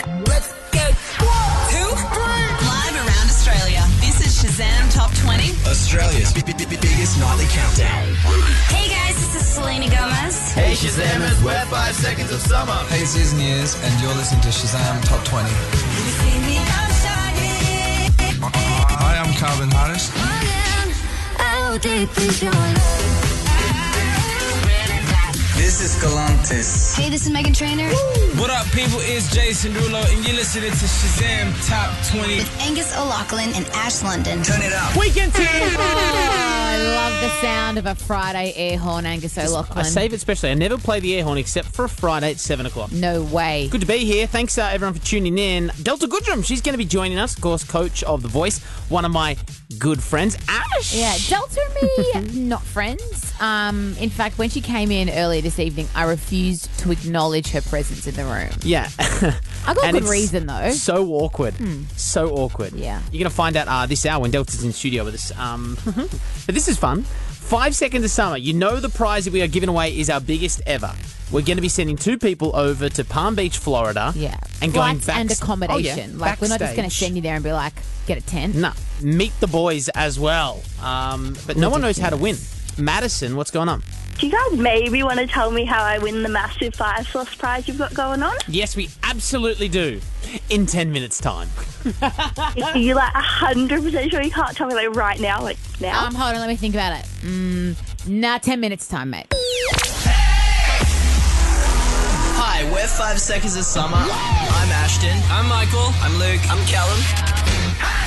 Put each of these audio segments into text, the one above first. Let's go. One, two, three. Live around Australia, this is Shazam Top 20. Australia's b- b- b- biggest nightly countdown. Hey guys, this is Selena Gomez. Hey Shazammers, we're five seconds of summer. Hey, it's Years and Years, and you're listening to Shazam Top 20. Hi, I'm Calvin Harris. This is Galantis. Hey, this is Megan Trainer What up, people? It's Jason Rulo, and you're listening to Shazam Top 20. with Angus O'Loughlin and Ash London. Turn it up. Weekend team. I love the sound of a Friday air horn, Angus I O'Loughlin. save it specially. I never play the air horn except for a Friday at 7 o'clock. no way. Good to be here. Thanks, uh, everyone, for tuning in. Delta Goodrum, she's going to be joining us, of course, coach of The Voice, one of my good friends, Ash. Yeah, Delta and me, not friends. Um, in fact, when she came in earlier this evening, I refused to acknowledge her presence in the room. Yeah. I got And good it's reason though. Hmm. So awkward. So awkward. Yeah. You're going to find out uh, this hour when Delta's in studio with us. Um, but this is fun. Five seconds of summer. You know the prize that we are giving away is our biggest ever. We're going to be sending two people over to Palm Beach, Florida. Yeah, And going Flights back and oh, yeah, accommodation. Like we're not just going to backstage. send you there and be like, get a tent. No, meet the boys as well. Um, but no one knows how to win. Madison, what's going on? Do you guys maybe want to tell me how I win the massive fire sauce prize you've got going on? Yes, we absolutely do. In 10 minutes' time. Are you like hundred percent sure you can't tell me like right now? Like now? Um, hold on, let me think about it. Mm, nah, ten minutes time, mate. Hi, we're five seconds of summer. I'm Ashton. I'm Michael. I'm Luke. I'm Callum.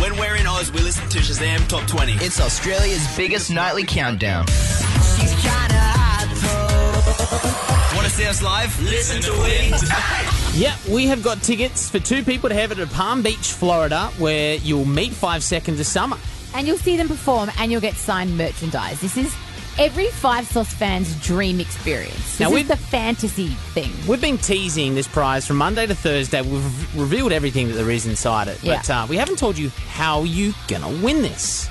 When we're in Oz, we listen to Shazam Top 20. It's Australia's biggest nightly countdown. Want to see us live? Listen to it. Yep, we have got tickets for two people to have it at Palm Beach, Florida, where you'll meet Five Seconds of Summer. And you'll see them perform, and you'll get signed merchandise. This is every Five Sauce fan's dream experience. This Now, is we've- the fantasy thing. We've been teasing this prize from Monday to Thursday. We've re- revealed everything that there is inside it, but Yeah. uh, we haven't told you how you gonna win this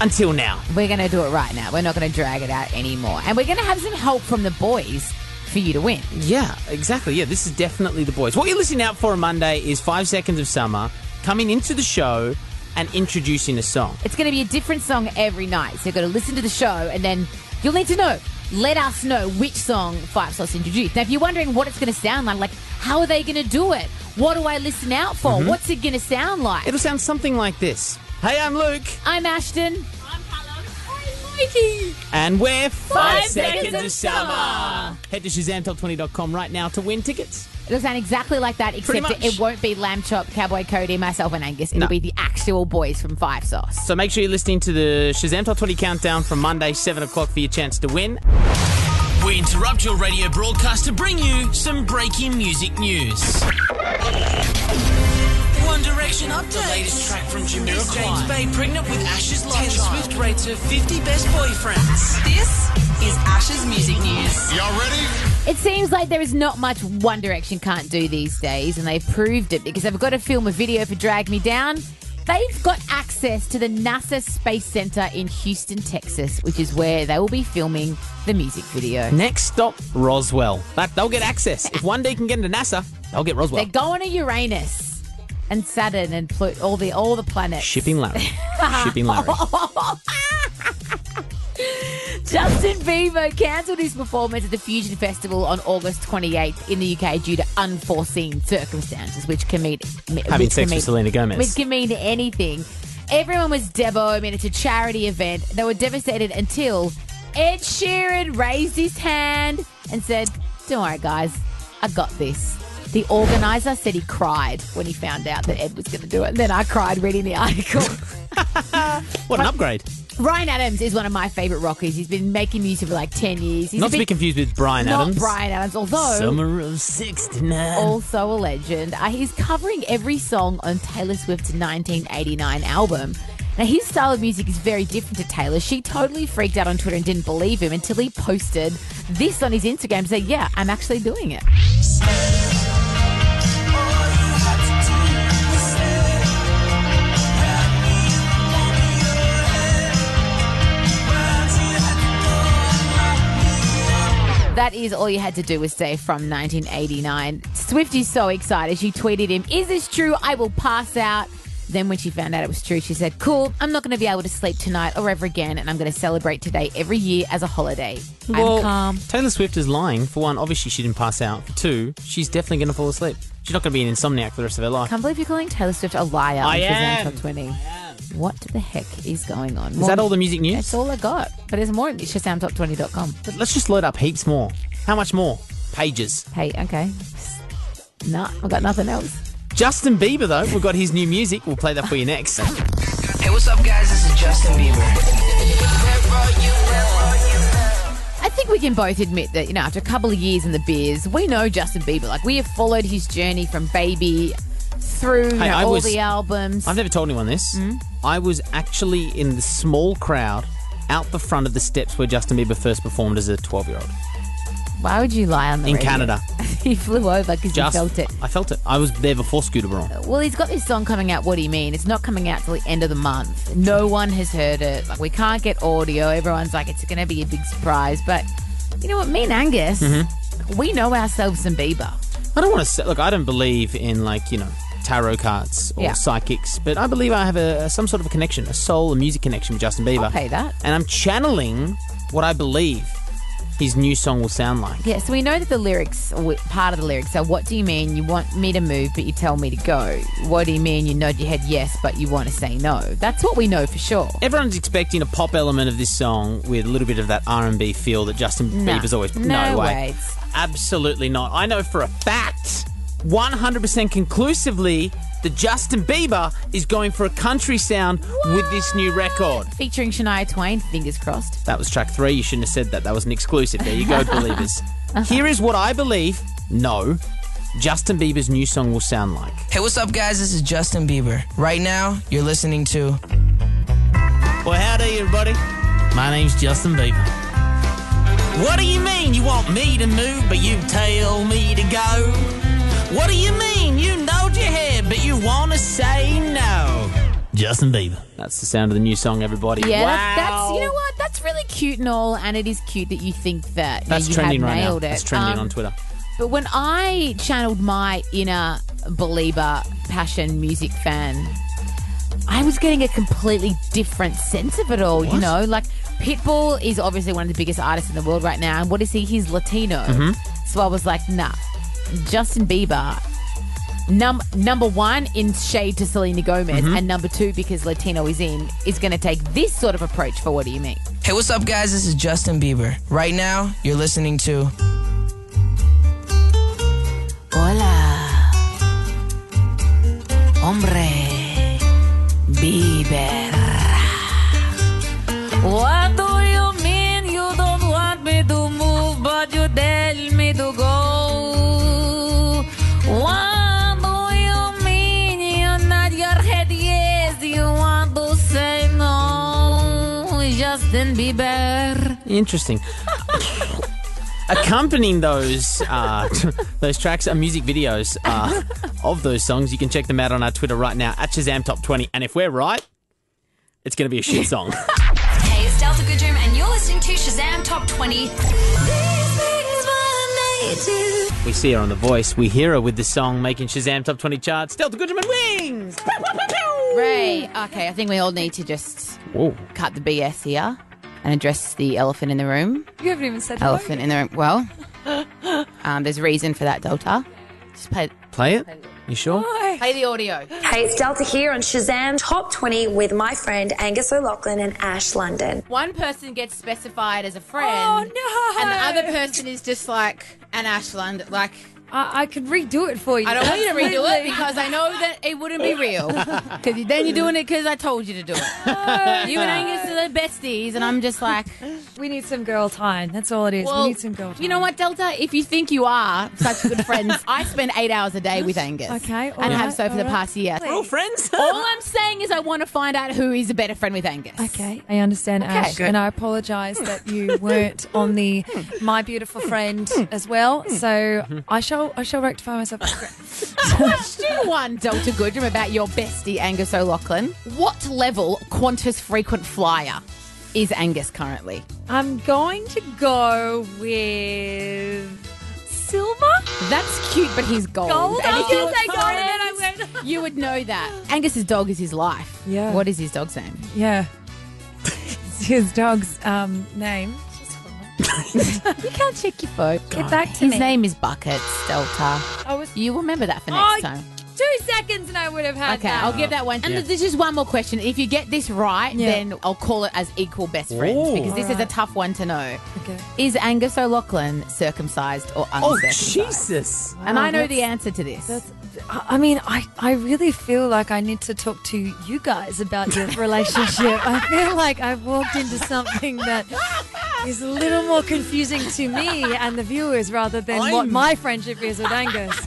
until now. We're going to do it right now. We're not going to drag it out anymore, and we're going to have some help from the boys for you to win. Yeah, exactly. Yeah, this is definitely the boys. What you're listening out for on Monday is Five Seconds of Summer coming into the show and introducing a song. It's going to be a different song every night, so you've got to listen to the show, and then you'll need to know. Let us know which song Five Sauce introduced. Now, if you're wondering what it's going to sound like, like how are they going to do it? What do I listen out for? What's it going to sound like? It'll sound something like this Hey, I'm Luke, I'm Ashton. and we're Five, Seconds of Summer. Head to ShazamTop20.com right now to win tickets. It'll sound exactly like that, except much. it won't be Lamb Chop, Cowboy Cody, myself, and Angus. It'll No. be the actual boys from Five Sauce. So make sure you're listening to the Shazam Top 20 countdown from Monday, 7 o'clock, for your chance to win. We interrupt your radio broadcast to bring you some breaking music news. One Direction update. The latest track from Jim James Bay pregnant with Ash's love Taylor Swift rates her 50 best boyfriends. This is Ash's Music News. It seems like there is not much One Direction can't do these days, and they've proved it because they've got to film a video for Drag Me Down. They've got access to the NASA Space Center in Houston, Texas, which is where they will be filming the music video. Next stop, Roswell. That, they'll get access. If one day can get into NASA, they'll get Roswell. They're going to Uranus and Saturn and Pluto, all the all the planets. Shipping Larry. Shipping Larry. Oh, Justin Bieber cancelled his performance at the Fusion Festival on August 28th in the UK due to unforeseen circumstances, which can mean Having which sex can mean- with Selena Gomez. which can mean anything. Everyone was devo. I mean, it's a charity event. They were devastated until Ed Sheeran raised his hand and said, "Don't worry, guys, I got this." The organizer said he cried when he found out that Ed was going to do it. And then I cried reading the article. What an upgrade. Ryan Adams is one of my favorite rockers. He's been making music for like 10 years. He's Not a to be bit- confused with Brian not Adams. Brian Adams, although Summer of 69. also a legend. Uh, he's covering every song on Taylor Swift's 1989 album. Now, his style of music is very different to Taylor. She totally freaked out on Twitter and didn't believe him until he posted this on his Instagram saying, Yeah, I'm actually doing it. That is all you had to do was say from 1989. Swift is so excited. She tweeted him, Is this true? I will pass out. Then, when she found out it was true, she said, Cool, I'm not going to be able to sleep tonight or ever again, and I'm going to celebrate today every year as a holiday. I'm calm. Taylor Swift is lying. For one, obviously she didn't pass out. For two, she's definitely going to fall asleep. She's not going to be an insomniac for the rest of her life. Can't believe you're calling Taylor Swift a liar. I when she's on am. Top 20. What the heck is going on? Is that all the music news? That's all I got. But there's more at ShasamTop20.com. But let's just load up heaps more. How much more? Pages. Hey, okay. Nah, I got nothing else. Justin Bieber, though, we've got his new music. We'll play that for you next. Hey, what's up, guys? This is Justin Bieber. I think we can both admit that, you know, after a couple of years in the beers, we know Justin Bieber. Like, we have followed his journey from baby through you Hey, know, I all was- the albums. I've never told anyone this. Mm. I was actually in the small crowd out the front of the steps where Justin Bieber first performed as a 12 year old Why would you lie on the in radio? Canada. he flew over because he Just, felt it. Oh. I felt it. I was there before Scooter Braun. Well, he's got this song coming out, What Do You Mean? It's not coming out till the end of the month. No one has heard it. Like, we can't get audio. Everyone's like, it's going to be a big surprise. But you know what? Me and Angus, Mm-hmm. we know ourselves some Bieber. I don't want to say, look, I don't believe in like, you know, tarot cards or Yeah. psychics, but I believe I have a some sort of a connection, a soul, a music connection with Justin Bieber. pay that. And I'm channeling what I believe his new song will sound like. Yeah, so we know that the lyrics, or part of the lyrics, are what do you mean you want me to move, but you tell me to go? What do you mean you nod your head yes, but you want to say no? That's what we know for sure. Everyone's expecting a pop element of this song with a little bit of that R&B feel that Justin Nah. Bieber's always No way. way. It's- Absolutely not. I know for a fact 100% conclusively that Justin Bieber is going for a country sound with this new record. Featuring Shania Twain, fingers crossed. That was track three. You shouldn't have said that. That was an exclusive. There you go, believers. Here is what I believe. No. Justin Bieber's new song will sound like. Hey, what's up, guys? This is Justin Bieber. Right now, you're listening to. Well, how do you, everybody? My name's Justin Bieber. What do you mean you want me to move, but you tell me to go? What do you mean you nod your head, but you want to say no? Justin Bieber. That's the sound of the new song, everybody. Yeah, wow. that's, that's you know what? That's really cute and all, and it is cute that you think that you, know, That's you trending have right now. nailed it. That's trending Um, on Twitter. But when I channeled my inner believer, passion, music fan, I was getting a completely different sense of it all, you know? Like, Pitbull is obviously one of the biggest artists in the world right now. And what is he? He's Latino. Mhm. So I was like, nah, Justin Bieber. Num- number one in shade to Selena Gomez, Mhm. and number two because Latino is in, is going to take this sort of approach for what do you mean? Hey, what's up, guys? This is Justin Bieber. Right now, you're listening to. Hola. Hombre. Bieber. What do you mean you don't want me to move, but you tell me to go? What do you mean you nod your head yes, you want to say no? Justin Bieber. Interesting. Accompanying those uh, those tracks are music videos uh, of those songs. You can check them out on our Twitter right now at Shazam Top 20. And if we're right, it's going to be a shit song. Hey, it's Delta Goodrum, and you're listening to Shazam Top 20. These things were made to- we see her on The Voice. We hear her with the song making Shazam Top 20 charts. Delta Goodman wings. Ray, okay, I think we all need to just Whoa. cut the BS here and address the elephant in the room. You haven't even said Elephant in the room. Well, um, there's reason for that, Delta. Just play. Play it. You sure? Play the audio. Hey, it's Delta here on Shazam Top 20 with my friend Angus O'Loughlin and Ash London. One person gets specified as a friend. Oh, no. And the other person is just like an Ashland. Like I, I could redo it for you. I don't want you to redo it Absolutely. because I know that it wouldn't be real. Because then you're doing it because I told you to do it. Oh. you and Angus are the besties, and I'm just like, we need some girl time. That's all it is. we need some girl time. You know what, Delta? If you think you are such good friends, I spend eight hours a day with Angus. Okay, all and have right, so for all the right. past year. We're all friends. all I'm saying is I want to find out who is a better friend with Angus. Okay, I understand, Okay. Ash, Good. and I apologise that you weren't on the My Beautiful Friend as well. Mm-hmm. So I shall, I shall rectify myself. Question one, Delta Goodrum, about your bestie Angus O'Loughlin. What level Qantas frequent flyer is Angus currently? I'm going to go with That's cute, but he's gold. Gold? And I if was you gonna were say gold, friends, You would know that. Angus's dog is his life. Yeah. What is his dog's name? Yeah. It's his dog's um, name. you can't check your phone. Get back to His me. name is Buckets Delta. I was. You remember that for Oh, next time. Two seconds and I would have had Okay, that. I'll give that one. And Yeah. there's just one more question. If you get this right, Yeah. then I'll call it as equal best friends Ooh. because this is a Alright. tough one to know. Okay. Is Angus O'Loughlin circumcised or Oh, uncircumcised? Jesus. And I know Wow, the Oh, that's- answer to this. I I mean, I, I really feel like I need to talk to you guys about your relationship. I feel like I've walked into something that is a little more confusing to me and the viewers rather than what I'm- my friendship is with Angus.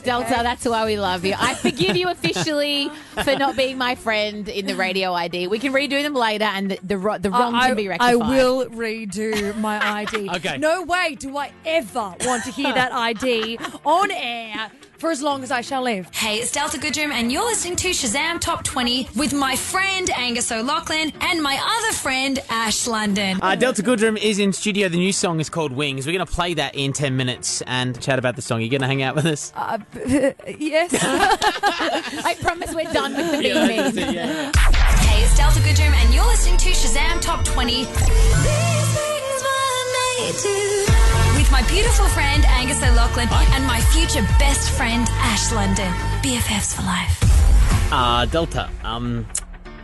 Delta, okay? that's why we love you. I forgive you officially for not being my friend in the radio ID. We can redo them later, and the the, ro- the wrong I, can be I- rectified. I will redo my ID. Okay. No way do I ever want to hear that ID on air for as long as I shall live. Hey, it's Delta Goodroom, and you're listening to Shazam Top 20 with my friend Angus O'Loughlin and my other friend Ash London. Uh, Delta Goodrum is in studio. The new song is called Wings. We're going to play that in 10 minutes and chat about the song. You going to hang out with us? Uh, yes. I promise we're done with the Yeah, mean that's it, yeah. Hey, it's Delta Goodroom, and you're listening to Shazam Top 20 These things were made to- with my beautiful friend Angus O'Loughlin and my future best friend Ash London. BFFs for life. Uh, Delta, um,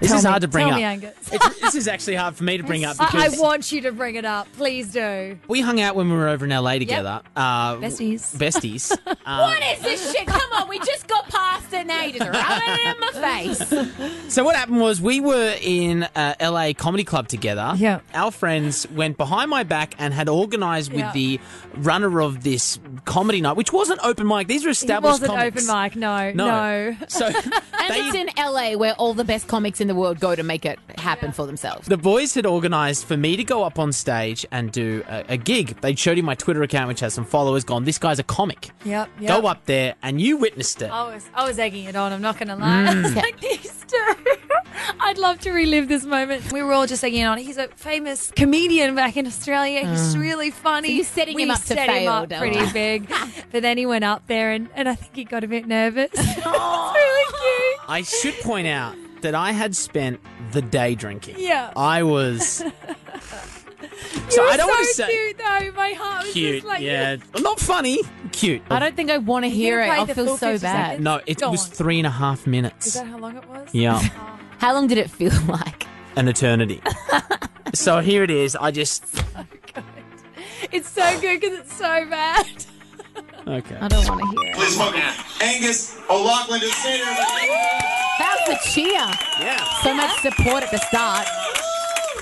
this Tell is me- hard to bring tell up. me, Angus. It's- this is actually hard for me to bring up I, I because want you to bring it up. Please do. we hung out when we were over in LA together. Uh, Besties. Besties. Uh, What is this shit? Come on, we just got past it now. You're just rubbing it in my face. So what happened was we were in uh, LA comedy club together. Yeah. Our friends went behind my back and had organised with Yeah. the runner of this comedy night, which wasn't open mic. These were It established wasn't comics. open mic. No, No. no. So And it's in LA where all the best comics in the world go to make it happen for themselves. The boys had organised for me to go up on stage and do a, a gig. They'd showed him my Twitter account, which has some followers. Gone, this guy's a comic. Yep, yep. Oh. Go up there, and you witnessed it. I was, I was egging it on. I'm not going to lie. Mm. I was like, these two. I'd love to relive this moment. We were all just egging it on. He's a famous comedian back in Australia. He's Mm. really funny. So you're setting we him up to set fail, him up Della. pretty big. but then he went up there, and, and I think he got a bit nervous. it's really cute. I should point out that I had spent the day drinking. Yeah. I was. you So were I don't so wanna say- cute, though. My heart was Cute, just like, yeah. Not funny, cute. I don't think I want to hear it. play I'll the feel full so 50 bad. No, it Go was on. three and a half minutes. how long it was? Yeah. How long did it feel like? An eternity. so here it is. I just. It's so good because it's so bad. Okay. I don't want to hear it. Please welcome Angus O'Loughlin to the center. That was the cheer. Yeah. So much support at the start.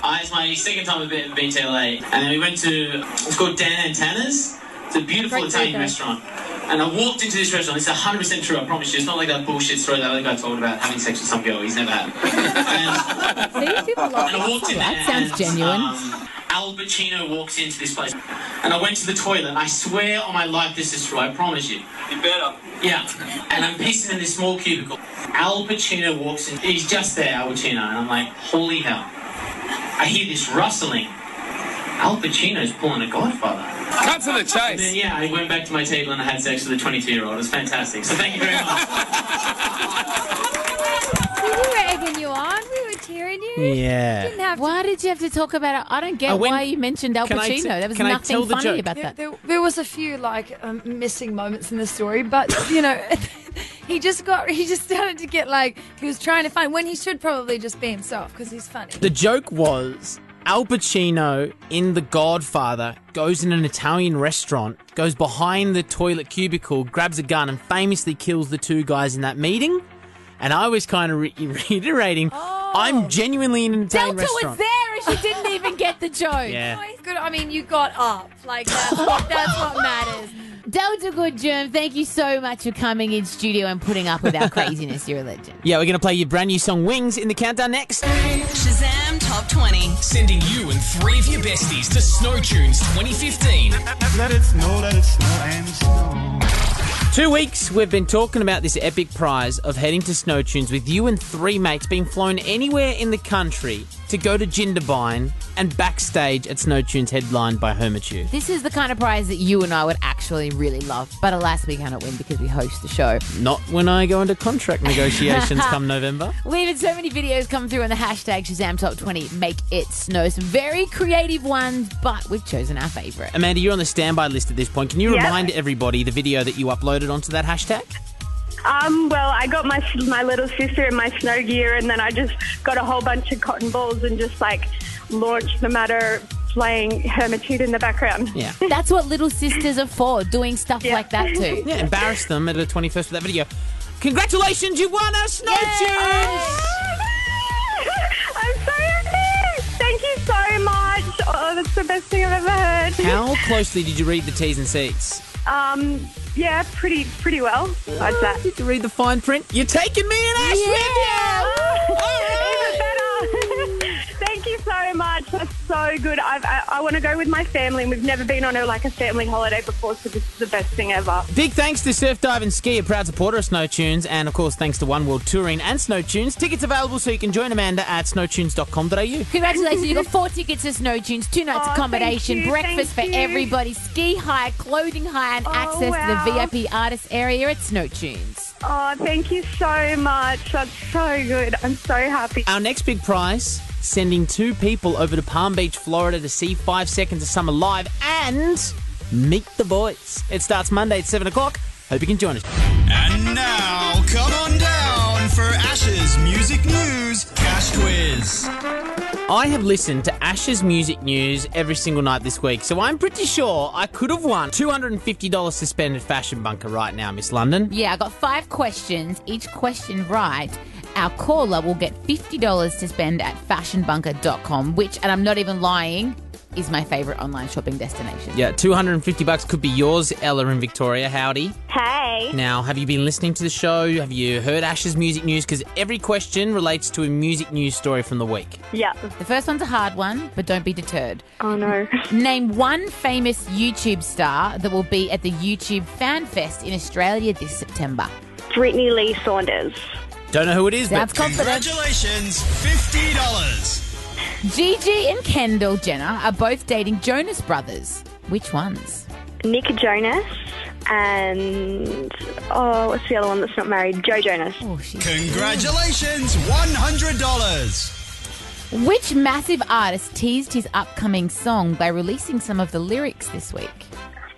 Uh, it's my second time I've been, been to LA, and then we went to it's called Dan and Tanner's. It's a beautiful Great Italian burger. restaurant. And I walked into this restaurant. It's 100% true. I promise you. It's not like that bullshit story that other guy told about having sex with some girl. He's never had. See, people love And I walked in there That sounds and, genuine. um, Al Pacino walks into this place, and I went to the toilet. and I swear on my life, this is true. I promise you. You better. Yeah. And I'm pissing in this small cubicle. Al Pacino walks in. He's just there, Al Pacino, and I'm like, holy hell! I hear this rustling. Al Pacino's pulling a Godfather. Cut to the chase. And then, yeah, I went back to my table and I had sex with a 22 year old. It was fantastic. So thank you very much. We were egging you on. We were cheering you. Yeah. Didn't have Why did you have to talk about it? I don't get Uh, when- why you mentioned Al Can I Pacino. t- there was can I nothing tell the joke? funny about Yeah, that. There, there was a few like um, missing moments in the story, but you know, he just got he just started to get like he was trying to find when he should probably just be himself because he's funny. The joke was Al Pacino in The Godfather goes in an Italian restaurant, goes behind the toilet cubicle, grabs a gun, and famously kills the two guys in that meeting. And I was kind of re- reiterating, I'm genuinely in an Italian Oh. Delta was restaurant. there and she didn't even get the joke. Yeah. Oh, he's good. I mean, you got up like that's what, that's what matters. Delta Good Germ, thank you so much for coming in studio and putting up with our craziness. You're a legend. Yeah, we're going to play your brand new song Wings in the countdown next. Shazam Top 20. Sending you and three of your besties to Snow Tunes 2015. Let it snow, let it snow and snow. Two weeks we've been talking about this epic prize of heading to Snow Tunes with you and three mates being flown anywhere in the country to go to Jindabyne and backstage at Snow Tunes headlined by Homer Chew. This is the kind of prize that you and I would actually really love, but alas, we cannot win because we host the show. Not when I go into contract negotiations come November. We've had so many videos come through on the hashtag Shazam Top 20 Make It Snow. Some very creative ones, but we've chosen our favourite. Amanda, you're on the standby list at this point. Can you Yep. remind everybody the video that you uploaded onto that hashtag? Um, well, I got my my little sister in my snow gear, and then I just got a whole bunch of cotton balls and just like launched them at her, playing Hermitude in the background. Yeah. That's what little sisters are for, doing stuff like that too. Yeah, embarrass them at the 21st with that video. Congratulations, you won a Snow Tunes! I'm so happy. Thank you so much. Oh, that's the best thing I've ever heard. How closely did you read the T's and C's? Um, yeah, pretty pretty well. I'd say. Did you read the fine print? You're taking me and Ash with you! Even better. Thank you so much. That's so good. I've, I, I want to go with my family. We've never been on a, like a family holiday before, so this is the best thing ever. Big thanks to Surf Dive and Ski, a proud supporter of Snow Tunes, and of course thanks to One World Touring and Snow Tunes. Tickets available so you can join Amanda at snowtunes.com.au. Congratulations, you got four tickets to Snow Tunes, two nights Oh, accommodation, thank you, breakfast for thank you. Oh, everybody, ski hire, clothing hire, and access to wow. the VIP artist area at Snow Tunes. Oh, thank you so much. That's so good. I'm so happy. Our next big prize sending two people over to Palm Beach, Florida to see Five Seconds of Summer live and meet the boys. It starts Monday at 7 o'clock. Hope you can join us. And now, come on down for Ash's Music News Cash Quiz. I have listened to Ash's music news every single night this week, so I'm pretty sure I could have won $250 suspended fashion bunker right now, Miss London. Yeah, I got five questions. Each question right, our caller will get $50 to spend at fashionbunker.com, which, and I'm not even lying, is my favorite online shopping destination. Yeah, 250 bucks could be yours, Ella in Victoria. Howdy. Hey. Now, have you been listening to the show? Have you heard Ash's music news? Because every question relates to a music news story from the week. Yeah. The first one's a hard one, but don't be deterred. Oh, no. Name one famous YouTube star that will be at the YouTube Fan Fest in Australia this September. Brittany Lee Saunders. Don't know who it is, Sounds but confident. Congratulations, $50. Gigi and Kendall Jenner are both dating Jonas Brothers. Which ones? Nick Jonas and, oh, what's the other one that's not married? Joe Jonas. Oh, she's Congratulations, $100. Which massive artist teased his upcoming song by releasing some of the lyrics this week?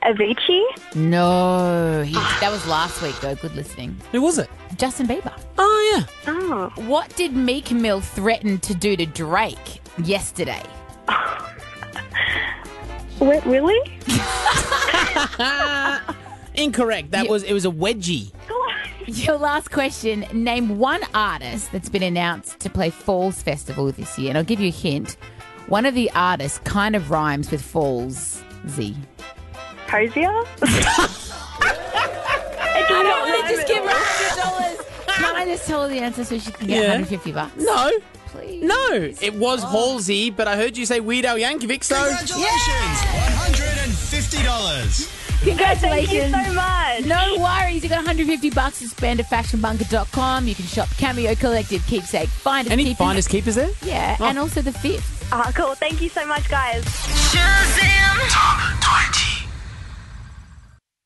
Avicii? No, he, that was last week though. Good listening. Who was it? Justin Bieber. Oh yeah. Oh. What did Meek Mill threaten to do to Drake yesterday? Wet Willie? Incorrect. That was it was a wedgie. Your last question. Name one artist that's been announced to play Falls Festival this year. And I'll give you a hint. One of the artists kind of rhymes with Falls Z. Hosier? I don't want to just give her $100. Can I just tell her the answer so she can get Yeah. 150 bucks? No. Please. No. It was Halsey, but I heard you say Weird Al Yankovic, so Congratulations, $150. Congratulations. Thank you so much. No worries. You got 150 bucks to spend at fashionbunker.com. You can shop Cameo Collective, Keepsake, Find Us Any Keepers. finders keepers there? Yeah, Oh. and also the fifth. Ah, cool. Thank you so much, guys. Shazam! Top 20.